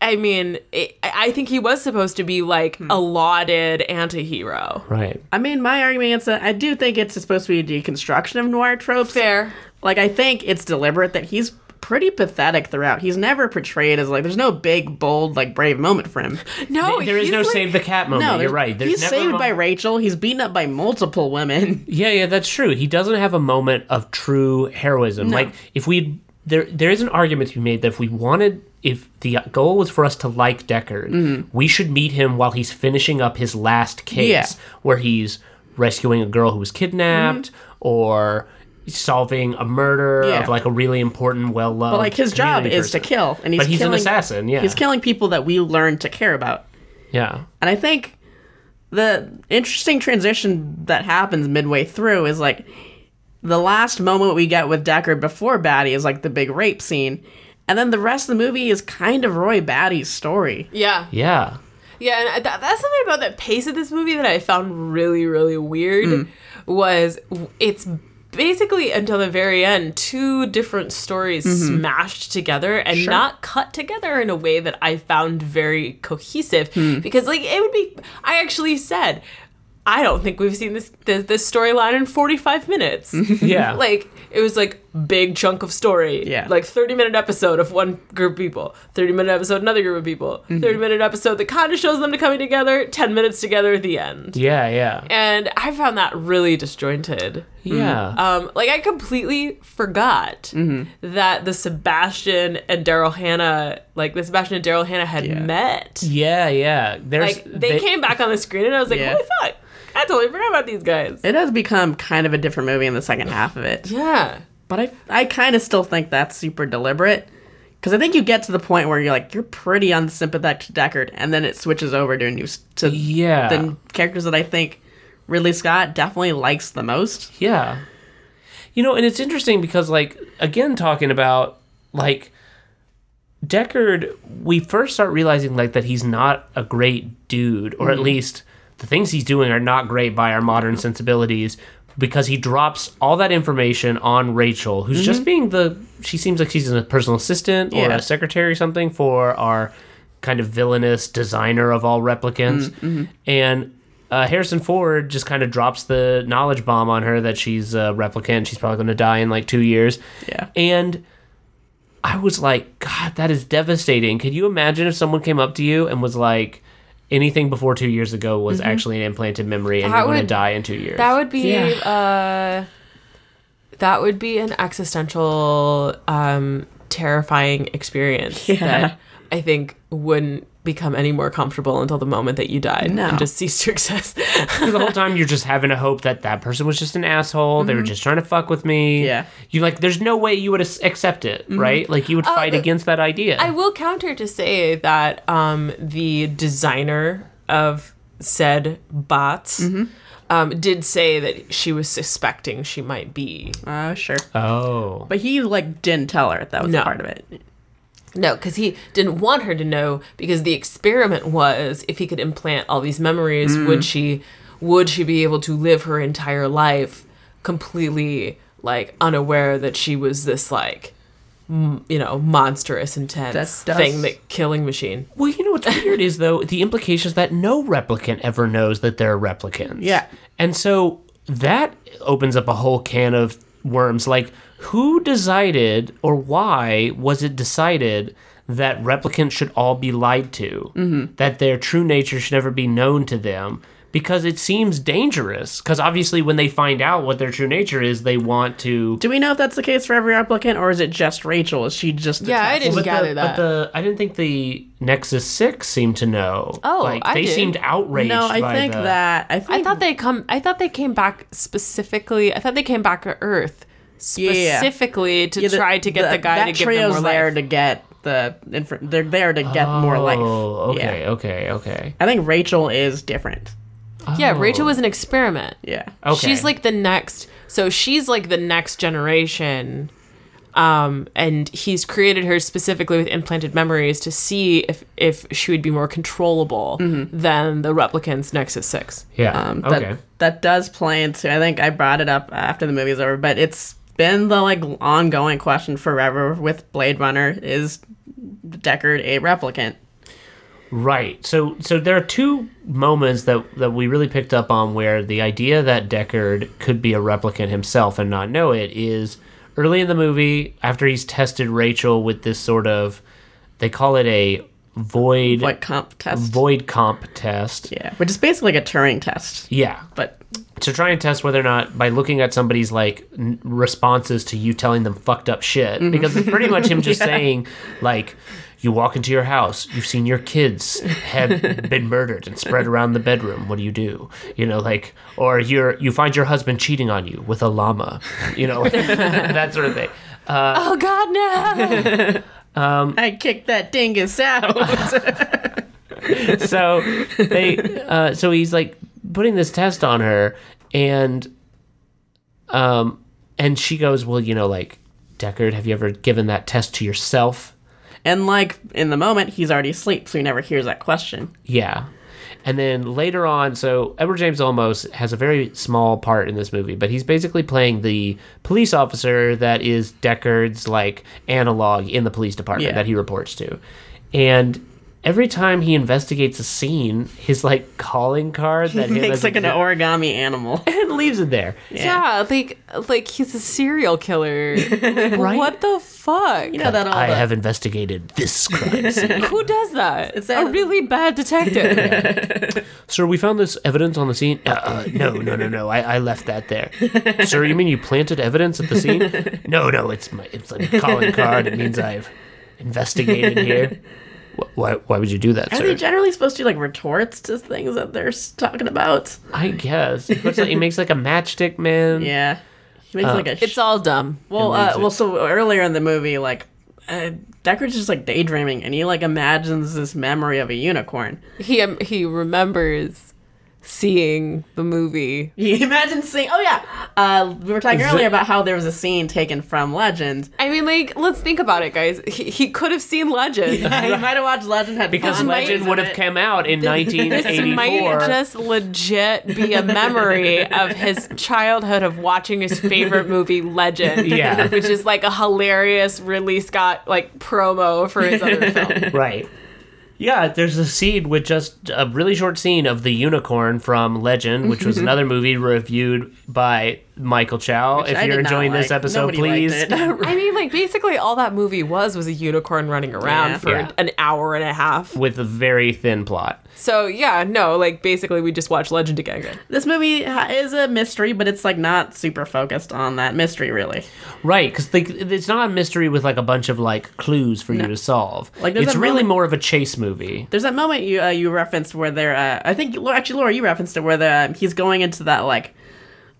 I mean, it, I I think he was supposed to be like a lauded anti-hero.
Right.
I mean, my argument is that I do think it's supposed to be a deconstruction of noir tropes.
Fair.
Like, I think it's deliberate that he's pretty pathetic throughout. He's never portrayed as like, there's no big, bold, like, brave moment for him.
No,
there is no save the cat moment.
there's-
You're right. There's
he's
never a
saved
mo-
by Rachel. He's beaten up by multiple women.
Yeah, yeah, that's true. He doesn't have a moment of true heroism.
No.
Like if we there there is an argument to be made that if we wanted if the goal was for us to like Deckard,
Mhm.
we should meet him while he's finishing up his last case
Yeah.
where he's rescuing a girl who was kidnapped or solving a murder
Mm-hmm. Yeah.
of like a really important well-loved
But like, his job
community
is to
person.
kill, and he's
But he's an
killing,
assassin, yeah.
he's killing people that we learn to care about.
Yeah.
And I think the interesting transition that happens midway through is like the last moment we get with Deckard before Batty is like the big rape scene. And then the rest of the movie is kind of Roy Batty's story.
Yeah.
Yeah.
Yeah, and I- that, that's something about the pace of this movie that I found really, really weird.
Mm.
Was it's basically until the very end two different stories
Mhm.
smashed together and
Sure.
not cut together in a way that I found very cohesive.
Hmm.
Because like it would be, I actually said. I don't think we've seen this this, this storyline in 45 minutes.
Yeah.
Like it was like big chunk of story. Yeah. Like 30 minute episode of one group of people, 30 minute episode another group of people,
Mhm.
30 minute episode that kind of shows them to coming together, 10 minutes together at the end.
Yeah, yeah.
And I found that really disjointed.
Yeah.
uh,
Um like I completely forgot
Mm-hmm.
that the Sebastian and Daryl Hannah, like the Sebastian and Daryl Hannah had met.
Yeah, yeah. There's
like they, came back on the screen and I was like,
Yeah.
holy fuck. I totally forgot about these guys.
It has become kind of a different movie in the second half of it.
Yeah.
But I, I kind of still think that's super deliberate. Because I think you get to the point where you're like, you're pretty unsympathetic to Deckard. And then it switches over to, a new, s- to
Yeah.
the characters that I think Ridley Scott definitely likes the most.
Yeah. You know, and it's interesting because like again talking about like Deckard, we first start realizing like that he's not a great dude, or at
Mhm.
least the things he's doing are not great by our modern sensibilities, because he drops all that information on Rachel, who's just
Mhm.
being the she seems like she's a personal assistant or
Yeah.
a secretary or something for our kind of villainous designer of all replicants.
Mm, mhm.
And uh, Harrison Ford just kind of drops the knowledge bomb on her that she's a replicant. She's probably going to die in like two years.
Yeah.
And I was like, God, that is devastating. Could you imagine if someone came up to you and was like, anything before two years ago was
Mhm.
actually an implanted memory and
That
you're going to
would-
die in two years?
That would be uh that would be an existential um terrifying experience
Yeah.
that I think wouldn't become any more comfortable until the moment that you died
No.
and just ceased to exist.
the whole time you're just having a hope that that person was just an asshole. They were
Mhm.
just trying to fuck with me.
Yeah.
You like, there's no way you would as- accept it,
Mhm.
right? Like you would
Uh,
fight
the-
against that idea.
I will counter to say that um, the designer of said bots um, did say that she was suspecting she might be.
Uh, sure.
Oh.
But he like didn't tell her that was a part of it.
No, because he didn't want her to know. Because the experiment was, if he could implant all these memories,
Mm.
would she, would she be able to live her entire life completely like unaware that she was this like, m- you know, monstrous, intense
That does-
thing, that killing machine.
Well, you know what's weird is though the implications that no replicant ever knows that they're replicants.
Yeah.
and so that opens up a whole can of worms. Like, who decided or why was it decided that replicants should all be lied to?
Mhm.
That their true nature should never be known to them? Because it seems dangerous. Because obviously, when they find out what their true nature is, they want to.
Do we know if that's the case for every applicant, or is it just Rachel? Is she just the
Yeah, I
test?
didn't But the- gather but that.
the- I didn't think the Nexus Six seemed to know.
Oh,
like,
I
they
did.
seemed outraged. by the-
I,
thought they come. I thought they came back specifically. I thought they came back to Earth
yeah.
specifically to
Yeah, the-
try to get the, guy
that
to give them
trio's
more
there
life.
to get the inf- they're there to get more life.
Oh,
Yeah.
okay, okay, okay.
I think Rachel is different.
Yeah, Rachel was an experiment.
Yeah.
She's like the next so she's like the next generation. Um, and he's created her specifically with implanted memories to see if, if she would be more controllable
Mhm.
than the replicants Nexus Six.
Yeah.
that, That does play into. I think I brought it up after the movie's over, but it's been the like ongoing question forever with Blade Runner: Is Deckard a replicant?
Right. So so there are two moments that that we really picked up on where the idea that Deckard could be a replicant himself and not know it is early in the movie after he's tested Rachel with this sort of they call it a void void
comp test.
Void comp test.
Yeah. Which is basically like a Turing test.
Yeah.
But
to try and test whether or not by looking at somebody's like n- responses to you telling them fucked up shit
Mm-hmm.
Mhm.
because it's pretty much him just
Yeah.
saying like you walk into your house you've seen your kids have been murdered and spread around the bedroom what do you do you know like or you're you find your husband cheating on you with a llama you know that sort of thing uh,
oh God, no!
um,
I kicked that dingus out.
so they uh, so he's like putting this test on her and um and she goes well you know like deckard have you ever given that test to yourself
and like in the moment, he's already asleep, so he never hears that question.
yeah and then later on so edward james olmos has a very small part in this movie but he's basically playing the police officer that is deckard's like analog in the police department
Yeah.
that he reports to and every time he investigates a scene his like calling card
He
that him
makes
as a
like an
de-
origami animal
and leaves it there.
Yeah. like like he's a serial killer. Like, What the fuck? You
know that
I have investigated this crime scene.
Who does that? It's a really bad detective.
Sir, we found this evidence on the scene. Uh, uh, no, no, no, no. I, I left that there. Sir, you mean you planted evidence at the scene? No, no. It's my it's like a calling card. It means I've investigated here. Wh- Why, why would you do that,
Are
sir?
they generally supposed to do like retorts to things that they're s- talking about?
I guess. He, puts, like, he makes like a matchstick man.
Yeah. He makes
Uh,
like a.
It's all dumb.
Well,
It
uh,
leaves it-
well. So earlier in the movie, like uh, Deckard's just like daydreaming, and he like imagines this memory of a unicorn.
He um, he remembers seeing the movie.
He imagines seeing. Oh yeah, uh, we were talking
Is
earlier
it-
about how there was a scene taken from Legend.
I mean, like, let's think about it, guys. He, he could have seen Legend.
Yeah, you might have watched Legend had
because
fun.
Legend would have come out in 1984.
This might just legit be a memory of his childhood of watching his favorite movie, Legend.
Yeah.
Which is like a hilarious Ridley Scott like promo for his other film.
right. Yeah, there's a scene with just a really short scene of the unicorn from Legend, which was another movie reviewed by Michael Chow.
Which
if
I
you're
did not
enjoying this
like.
episode,
Nobody liked
please.
it.
I mean, like, basically all that movie was was a unicorn running around
Yeah.
for
Yeah.
an hour and a half.
With a very thin plot.
So, yeah, no, like, basically we just watched Legend again. again.
This movie ha- is a mystery, but it's like not super focused on that mystery, really.
Right, because it's not a mystery with like a bunch of like clues for you to solve.
Like,
Like
there's
it's
a
really
moment-
more of a chase movie.
There's that moment you uh, you referenced where they're uh, I think Laura- actually Laura you referenced it where the, um, he's going into that like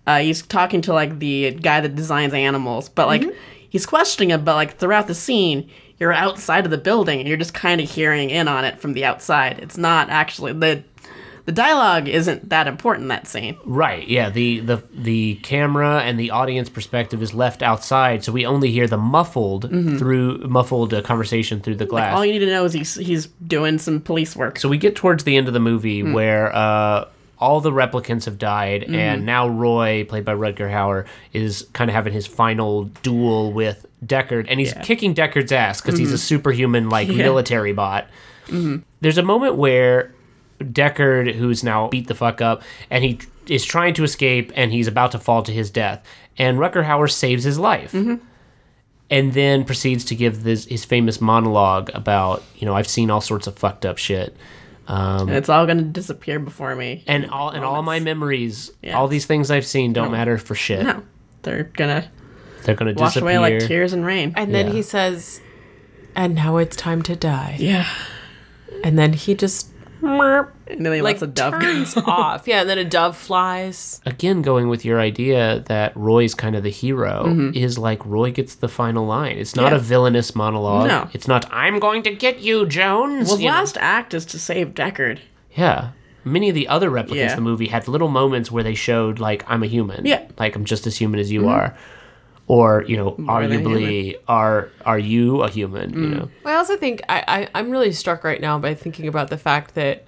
uh, he's talking to like the guy that designs animals, but like
Mm-hmm.
he's questioning him, but like throughout the scene you're outside of the building and you're just kind of hearing in on it from the outside. It's not actually the the dialogue isn't that important in that scene.
Right. Yeah. The the the camera and the audience perspective is left outside, so we only hear the muffled
Mhm.
through muffled uh, conversation through the glass.
Like all you need to know is he's he's doing some police work.
So we get towards the end of the movie
Mm.
where uh, all the replicants have died,
Mhm.
and now Roy, played by Rutger Hauer, is kind of having his final duel with Deckard, and he's kicking Deckard's ass because he's a
Mhm.
superhuman like
Yeah.
military bot. There's a moment where Deckard, who's now beat the fuck up, and he is trying to escape, and he's about to fall to his death, and Rutger Hauer saves his life and then proceeds to give this his famous monologue about you know I've seen all sorts of fucked up shit. Um,
And it's all gonna disappear before me.
and all and all my memories,
Yeah.
all these things I've seen don't
No.
matter for shit.
No, they're gonna
They're gonna
wash
disappear.
away like tears and rain.
And then
Yeah.
he says, and now it's time to die.
Yeah.
And then he just. And
then he
like, lets a dove turns off. Yeah, and then a dove flies.
Again, going with your idea that Roy's kind of the hero
Mhm.
is like Roy gets the final line. It's not
Mm-hmm. Yeah.
a villainous monologue.
No.
It's not I'm going to get you, Jones.
Well,
you know?
last act is to save Deckard.
Yeah. Many of the other replicants
Yeah.
in the movie had little moments where they showed like I'm a human.
Yeah.
Like I'm just as human as you
Mhm.
are. Or, you know,
than Mm.
arguably are are you a human, you know?
I also think I, I I'm really struck right now by thinking about the fact that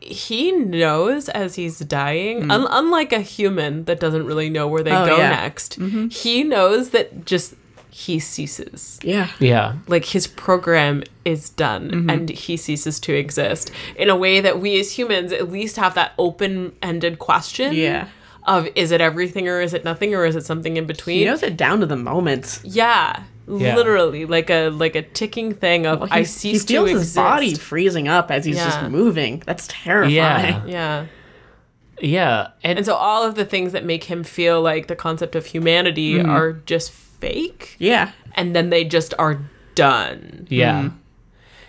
he knows as he's dying,
Mm.
un- unlike a human that doesn't really know where they
Oh,
go
yeah.
next.
Mhm.
He knows that just he ceases.
Yeah.
Yeah.
Like his program is done
Mm-hmm.
Mhm.
and he ceases to exist in a way that we as humans at least have that open-ended question.
Yeah.
Of is it everything or is it nothing or is it something in between?
He knows it down to the moment.
Yeah,
Yeah.
literally, like a like a ticking thing of
Well,
I
he's-
cease
he feels
to
his
exist.
body freezing up as he's
Yeah.
just moving. That's terrifying.
Yeah.
Yeah,
Yeah. and,
so all of the things that make him feel like the concept of humanity
Mm-hmm.
Mhm.
are just fake.
Yeah,
and then they just are done.
Yeah.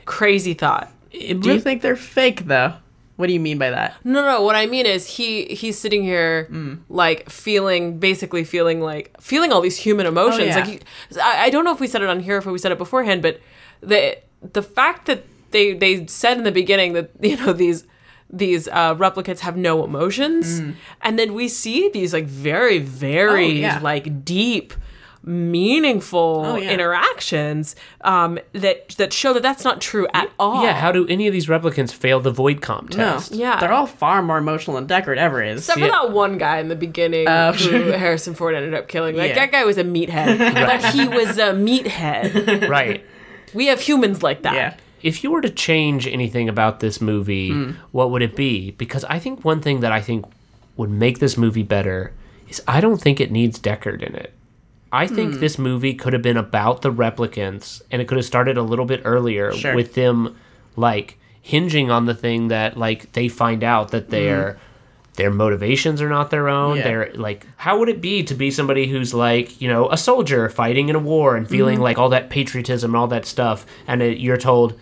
crazy thought.
Do you think they're fake though? What do you mean by that?
No, no. What I mean is he he's sitting here
Mm.
like feeling, basically feeling like feeling all these human emotions.
Oh, yeah.
Like he, I, I don't know if we said it on here, if we said it beforehand, but the the fact that they they said in the beginning that you know these these uh, replicates have no emotions,
Mm.
and then we see these like very very
Oh, yeah.
like deep meaningful
Oh, yeah.
interactions um, that that show that that's not true at all.
Oh.
Yeah, how do any of these replicants fail the void comp test?
No. Yeah.
They're all far more emotional than Deckard ever is.
Except for that one guy in the beginning
Oh,
who
sure.
Harrison Ford ended up killing. Like
Yeah.
that guy was a meathead, but he was a meathead.
Right.
We have humans like that.
If you were to change anything about this movie,
Hmm.
what would it be? Because I think one thing that I think would make this movie better is I don't think it needs Deckard in it. I think
Hmm.
this movie could have been about the replicants and it could have started a little bit earlier
Sure.
with them like hinging on the thing that like they find out
Hmm.
that they're their motivations are not their own.
Yeah.
They're like, how would it be to be somebody who's like, you know, a soldier fighting in a war and feeling
Mhm.
like all that patriotism and all that stuff, and it, you're told,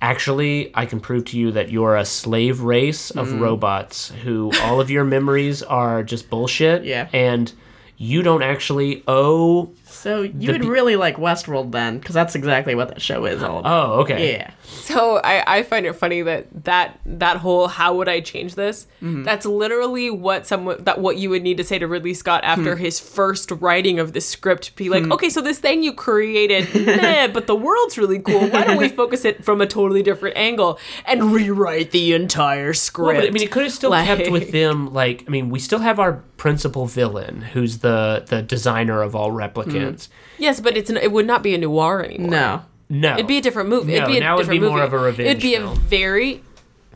actually, I can prove to you that you're a slave race of
Mm.
robots who all of your memories are just bullshit.
Yeah.
and you don't actually owe
So you would really like Westworld then, because that's exactly what that show is all about.
Oh, okay.
Yeah.
So I, I find it funny that that that whole how would I change this?
Mm-hmm.
Mhm.
That's literally what someone that what you would need to say to Ridley Scott after
Hmm.
his first writing of the script. Be like,
Hmm.
okay, so this thing you created, eh, but the world's really cool. Why don't we focus it from a totally different angle and rewrite the entire script?
Well, but, I mean, it could have still kept
Like-
with them. Like, I mean, we still have our principal villain, who's the the designer of all replicants.
Yes, but it's an, it would not be a noir anymore.
No.
No,
It'd be a different movie.
No,
it'd be a
now it'd
different
be
movie.
more of a revenge
It'd be
film.
a very,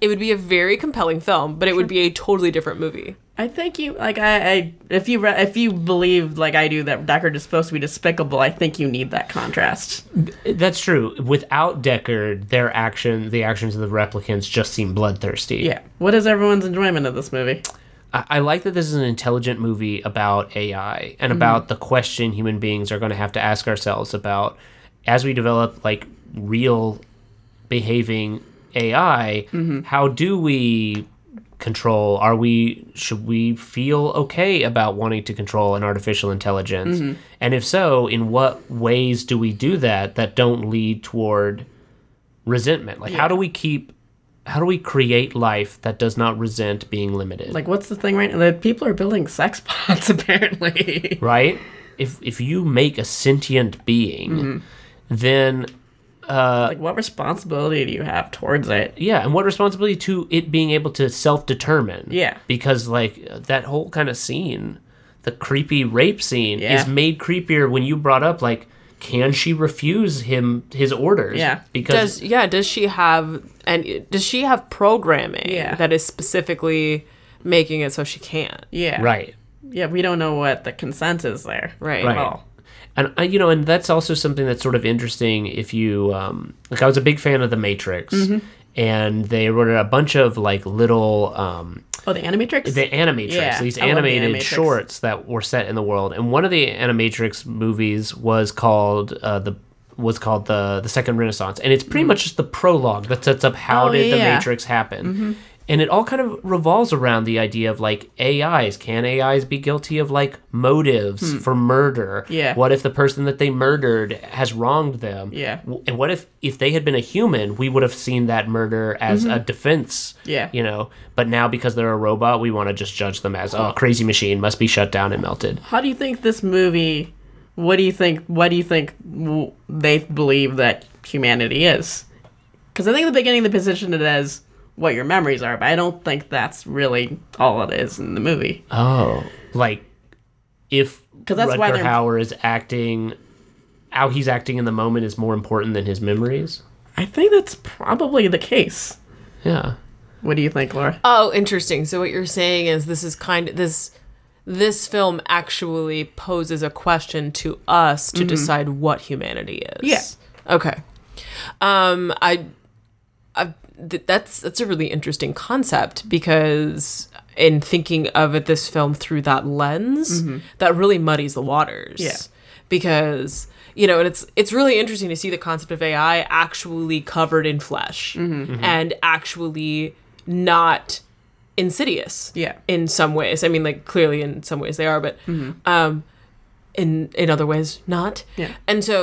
it would be a very compelling film, but it would be a totally different movie.
I think you like I, I if you re- if you believe like I do that Deckard is supposed to be despicable, I think you need that contrast.
That's true. Without Deckard, their action, the actions of the replicants, just seem bloodthirsty.
Yeah. What is everyone's enjoyment of this movie?
I, I like that this is an intelligent movie about AI and about the question human beings are going to have to ask ourselves about as we develop like real behaving AI. How do we control? Are we should we feel okay about wanting to control an artificial intelligence?
Mhm.
And if so, in what ways do we do that that don't lead toward resentment? Like how do we keep how do we create life that does not resent being limited?
Like what's the thing right now? The people are building sex bots apparently.
right? If if you make a sentient being,
Mhm.
then uh,
like what responsibility do you have towards it?
Yeah, and what responsibility to it being able to self determine?
Yeah.
because like that whole kind of scene, the creepy rape scene,
Yeah.
is made creepier when you brought up like, can she refuse him his orders?
Yeah.
because
does yeah does she have and does she have programming that is specifically making it so she can't?
Yeah.
right.
Yeah, we don't know what the consent is there.
Right.
Right. And I, you know, and that's also something that's sort of interesting. If you um, like, I was a big fan of The Matrix,
Mhm.
and they were a bunch of like little um,
Oh, the animatrix?
the animatrix,
Yeah,
these
I love the
animated
Animatrix.
shorts that were set in the world. And one of the animatrix movies was called uh, the was called the the Second Renaissance, and it's pretty much just the prologue that sets up how
Oh,
did the
yeah.
Matrix happen. And it all kind of revolves around the idea of like AIs. Can AIs be guilty of like motives
Hmm.
for murder?
Yeah.
What if the person that they murdered has wronged them?
Yeah.
W- And what if if they had been a human, we would have seen that murder as a
Mhm.
defense
Yeah.
you know but now because they're a robot we want to just judge them as oh crazy machine must be shut down and melted
How do you think this movie? What do you think? What do you think w- they believe that humanity is? Because I think at the beginning they positioned it as what your memories are, but I don't think that's really all it is in the movie.
oh like if
'Cause that's
Rutger
why they're-
Hauer is acting how he's acting in the moment is more important than his memories
I think that's probably the case.
yeah
What do you think, Laura?
Oh, interesting. So what you're saying is this is kind of this this film actually poses a question to us to
Mhm.
decide what humanity is.
Yeah.
Okay. Um I I th- that's that's a really interesting concept because in thinking of it this film through that lens
Mhm.
that really muddies the waters.
Yeah.
Because you know, and it's it's really interesting to see the concept of AI actually covered in flesh
Mhm. Mhm.
and actually not insidious
yeah
in some ways i mean like clearly in some ways they are but
Mhm.
um in in other ways not
Yeah.
and so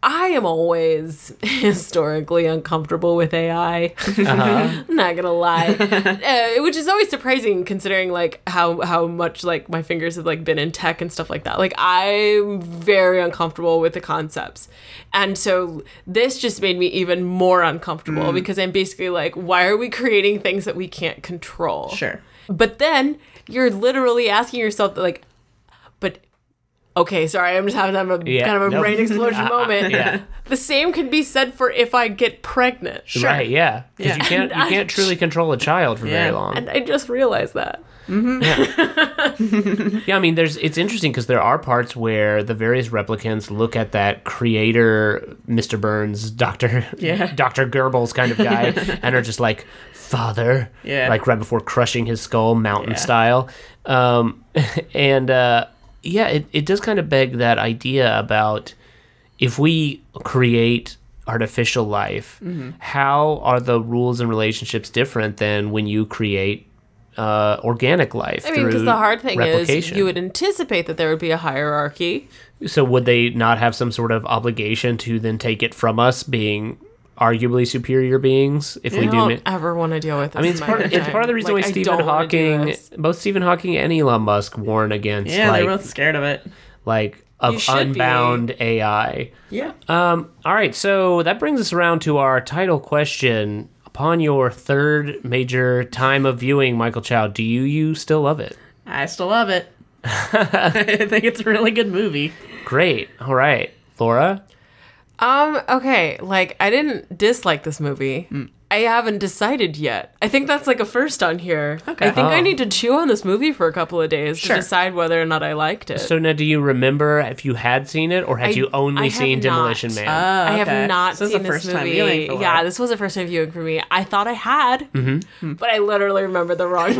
i am always historically uncomfortable with ai
Uh-huh.
not gonna lie uh, which is always surprising considering like how how much like my fingers have like been in tech and stuff like that like i'm very uncomfortable with the concepts and so this just made me even more uncomfortable
Mm.
because i'm basically like why are we creating things that we can't control
Sure.
but then you're literally asking yourself, like, but okay, sorry, I'm just having a
Yeah,
kind of a
nope.
brain explosion
Uh-uh,
moment.
yeah.
The same can be said for if I get pregnant.
right yeah because you
Yeah.
can't you
And I-
can't truly control a child for very
Yeah.
long
And I just realized that.
yeah, I mean, there's it's interesting because there are parts where the various replicants look at that creator, Mr. Burns, Doctor,
Yeah.
Doctor Goebbels kind of guy, and are just like father,
Yeah.
like right before crushing his skull, mountain
Yeah.
style, um, and uh, yeah, it it does kind of beg that idea about if we create artificial life
Mhm.
Mm-hmm.
how are the rules and relationships different than when you create uh, organic life.
I mean,
because
because the hard thing is, you would anticipate that there would be a hierarchy.
so would they not have some sort of obligation to then take it from us, being arguably superior beings, if
I
we do?
don't
ma-
ever want to deal with. This
I mean, it's
in my
part, it's
lifetime.
part of the reason
Like,
why
I
Stephen
don't wanna do
Hawking,
this.
both Stephen Hawking and Elon Musk warn against
Yeah,
like
they're both scared of it.
like of
should be.
unbound AI.
Yeah.
Um, all right, so that brings us around to our title question. Upon your third major time of viewing, Michael Chow, do you you still love it?
I still love it. I think it's a really good movie.
Great. All right, Laura.
Um. Okay. Like, I didn't dislike this movie.
Mm.
I haven't decided yet. I think that's like a first on here. Okay. I think
Oh.
I need to chew on this movie for a couple of days
Sure.
to decide whether or not I liked it.
So now, do you remember if you had seen it, or had
I-
you only
I have
seen
not.
Demolition Man?
I
okay.
have not
So this is
seen
the
this
first time
movie.
viewing for
yeah,
Laura.
this was the first time viewing for me. I thought I had,
hmm
but I literally remember the wrong.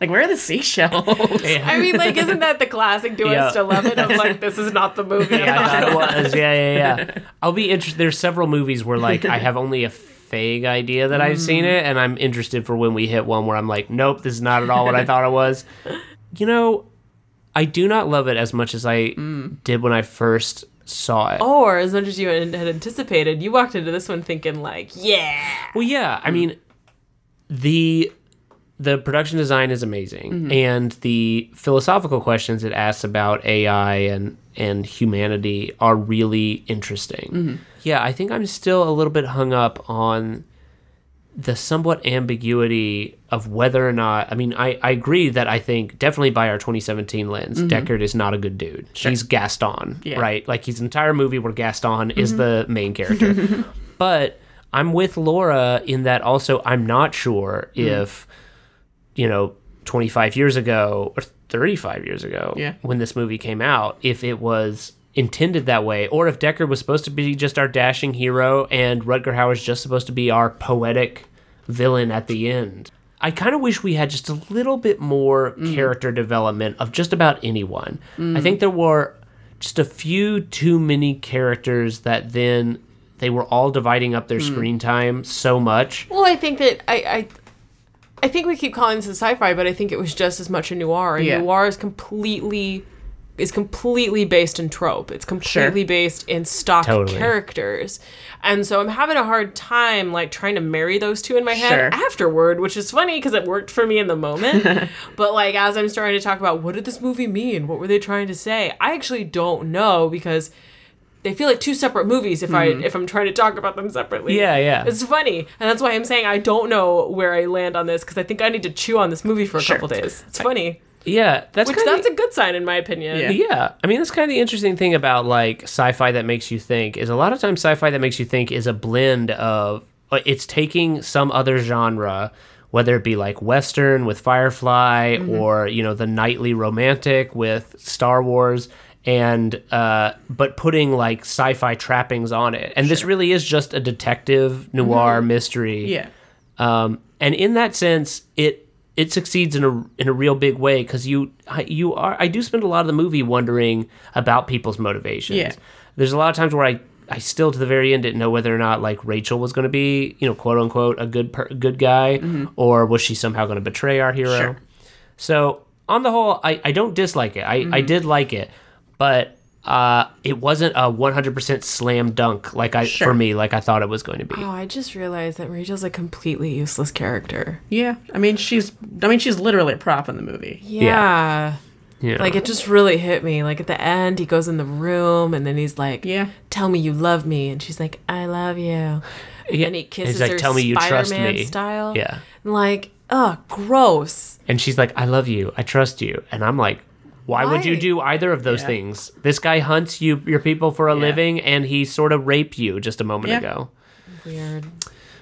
Like, where are the seashells?
I mean, like, isn't that the classic? Do
Yeah.
I still love it? I'm like, this is not the movie.
Yeah, I thought it was. Yeah, yeah, yeah. I'll be interested. There's several movies where like I have only a vague idea that I've seen it, and I'm interested for when we hit one where I'm like, nope, this is not at all what I thought it was. You know, I do not love it as much as I did when I first saw it.
Or as much as you had had anticipated, you walked into this one thinking like, yeah.
Well, yeah. I mean, the the production design is amazing, and the philosophical questions it asks about AI and and humanity are really interesting. Yeah, I think I'm still a little bit hung up on the somewhat ambiguity of whether or not I mean I, I agree that I think definitely by our 2017 lens
Mhm.
Deckard is not a good dude. He's Gaston,
Yeah.
right? Like his entire movie where Gaston is the main character. but I'm with Laura in that also I'm not sure
Mm.
if you know 25 years ago or 35 years ago
Yeah.
when this movie came out if it was intended that way or if Deckard was supposed to be just our dashing hero and Rutger Hauer is just supposed to be our poetic villain at the end. I kind of wish we had just a little bit more
Mm.
character development of just about anyone. I
Mm.
think there were just a few too many characters that then they were all dividing up their
Mm.
screen time so much
Well, I think that I, I, I think we keep calling this a sci-fi, but I think it was just as much a noir. And
Yeah.
noir is completely is completely based in trope. It's completely based in stock
Totally.
characters, and so I'm having a hard time like trying to marry those two in my head
Sure.
afterward, which is funny because it worked for me in the moment. but like as I'm starting to talk about what did this movie mean, what were they trying to say, I actually don't know because they feel like two separate movies if I
Mhm.
if I'm trying to talk about them separately.
Yeah, yeah.
It's funny, and that's why I'm saying I don't know where I land on this because I think I need to chew on this movie for a couple days. It's funny.
Yeah, that's
Which
kinda-
that's a good sign in my opinion.
Yeah. I mean, that's kind of the interesting thing about like sci-fi that makes you think is a lot of times sci-fi that makes you think is a blend of uh, it's taking some other genre, whether it be like western with Firefly
Mhm.
or you know the nightly romantic with Star Wars. And uh, but putting like sci-fi trappings on it, and this really is just a detective noir mystery.
Yeah.
um, and in that sense, it it succeeds in a in a real big way because you I- you are I do spend a lot of the movie wondering about people's motivations.
Yeah.
There's a lot of times where I I still to the very end didn't know whether or not like Rachel was going to be you know quote unquote a good per- good guy
Mhm.
or was she somehow going to betray our hero.
Sure.
So on the whole, I I don't dislike it. I I
Mhm.
did like it, but. Uh, it wasn't a 100% slam dunk like I
Sure.
for me like I thought it was going to be.
Oh, I just realized that Rachel's a completely useless character.
Yeah, I mean she's I mean she's literally a prop in the movie.
Yeah.
Yeah.
Like it just really hit me. Like at the end, he goes in the room and then he's like, "Yeah, tell me you love me," and she's like, "I love you,"
Yeah.
and he
He's
kisses
like,
her
"Tell me you trust
Spider-Man
me."
style.
Yeah.
And, like, oh, gross.
And she's like, I love you. I trust you. And I'm like, why, would you
Why?
do either of those
Yeah.
things? This guy hunts you, your people for a living, and he sort of raped you just a moment
Yeah.
ago.
Weird.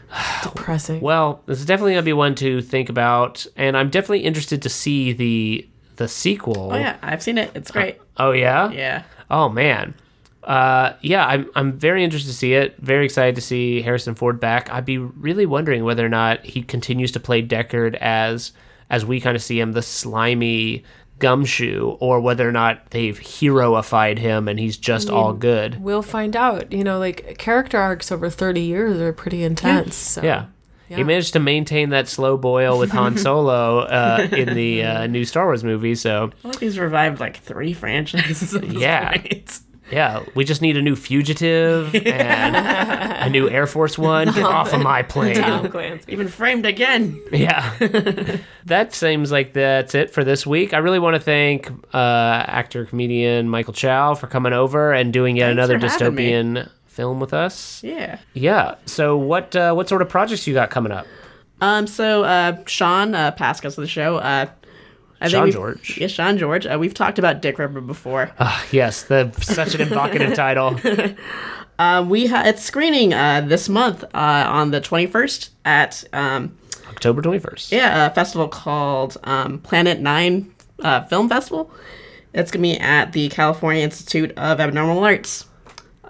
Depressing.
Well, this is definitely gonna be one to think about, and I'm definitely interested to see the the sequel.
Oh yeah, I've seen it. It's great.
Oh yeah.
Yeah.
Oh man. Uh, yeah, I'm I'm very interested to see it. Very excited to see Harrison Ford back. I'd be really wondering whether or not he continues to play Deckard as as we kind of see him, the slimy gumshoe, or whether or not they've heroified him and he's just
I mean,
all good.
We'll find out. You know, like character arcs over 30 years are pretty intense. so,
yeah. He managed to maintain that slow boil with Han Solo uh, in the uh, new Star Wars movie. So
I think he's revived like three franchises. at this
yeah.
point.
Yeah, we just need a new fugitive and a new Air Force One. Get off of my plane.
Even framed again.
Yeah. that seems like that's it for this week. I really want to thank uh, actor, comedian Michael Chow for coming over and doing yet another
for having me.
dystopian film with us.
Yeah.
Yeah. So what uh, what sort of projects you got coming up?
Um. So, uh, Sean uh, Pascas of the show. Uh, I
Sean
we've-
George.
Yeah, Sean George. Uh, we've talked about Dick Ripper before.
Ah, yes, the such an evocative title.
Uh, we ha- it's screening uh, this month uh, on the 21st at um,
October 21st.
yeah a festival called um, Planet Nine uh, Film Festival. It's gonna be at the California Institute of Abnormal Arts.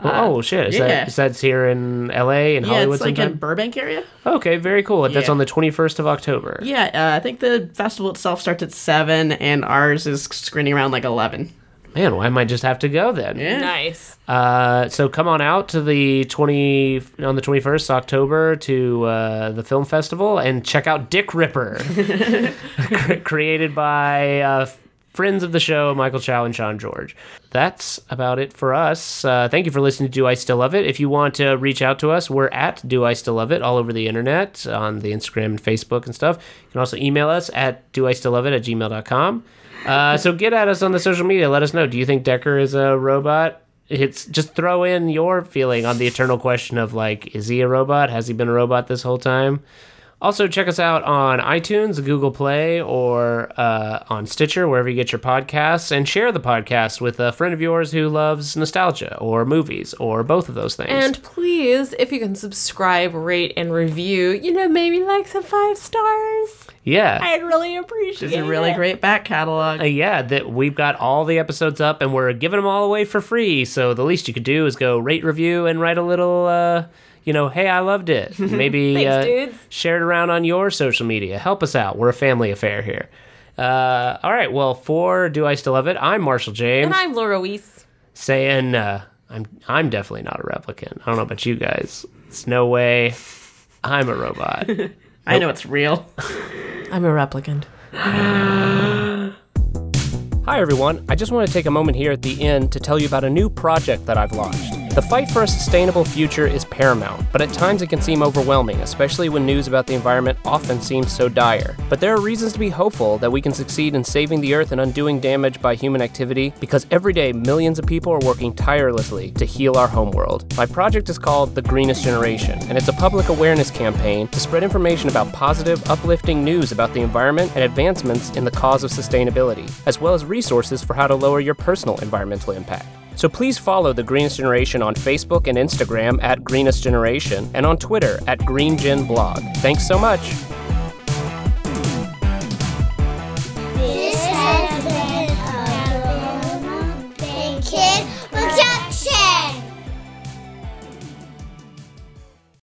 oh, shit. Is,
yeah.
that, is that here in LA and
Yeah,
Hollywood
it's like
sometime?
in Burbank area.
Okay, very cool. That's
Yeah.
on the 21st of October.
Yeah, uh, I think the festival itself starts at seven, and ours is screening around like eleven.
Man, well, I might just have to go then.
Yeah.
Nice.
Uh, so come on out to the 20 on the 21st October to uh, the film festival and check out Dick Ripper, cre- created by uh, friends of the show Michael Chow and Sean George. That's about it for us. Uh, thank you for listening to Do I Still Love It. If you want to reach out to us, we're at Do I Still Love It all over the internet on the Instagram and Facebook and stuff. You can also email us at Do I Still Love It at gmail.com. Uh, so get at us on the social media. Let us know. Do you think Decker is a robot? It's just throw in your feeling on the eternal question of like, is he a robot? Has he been a robot this whole time? Also, check us out on iTunes, Google Play, or uh, on Stitcher, wherever you get your podcasts, and share the podcast with a friend of yours who loves nostalgia or movies or both of those things.
And please, if you can subscribe, rate, and review, you know, maybe like some five stars.
yeah.
I'd really appreciate
It's a really
it.
great back catalog.
Uh, yeah, that we've got all the episodes up and we're giving them all away for free. So the least you could do is go rate, review, and write a little, uh, you know, hey, I loved it. Maybe
Thanks,
uh,
dudes.
share it around on your social media. Help us out. We're a family affair here. Uh, all right. Well, for do I still love it? I'm Marshall James
And I'm Laura Weiss.
saying uh, I'm I'm definitely not a replicant. I don't know about you guys. It's no way. I'm a robot.
I know it's real.
I'm a replicant.
Hi, everyone. I just want to take a moment here at the end to tell you about a new project that I've launched. The fight for a sustainable future is paramount, but at times it can seem overwhelming, especially when news about the environment often seems so dire. But there are reasons to be hopeful that we can succeed in saving the earth and undoing damage by human activity because every day millions of people are working tirelessly to heal our homeworld. My project is called The Greenest Generation, and it's a public awareness campaign to spread information about positive, uplifting news about the environment and advancements in the cause of sustainability, as well as resources for how to lower your personal environmental impact. So please follow The Greenest Generation on Facebook and Instagram at Greenest Generation and on Twitter at GreenGenBlog. Thanks so much.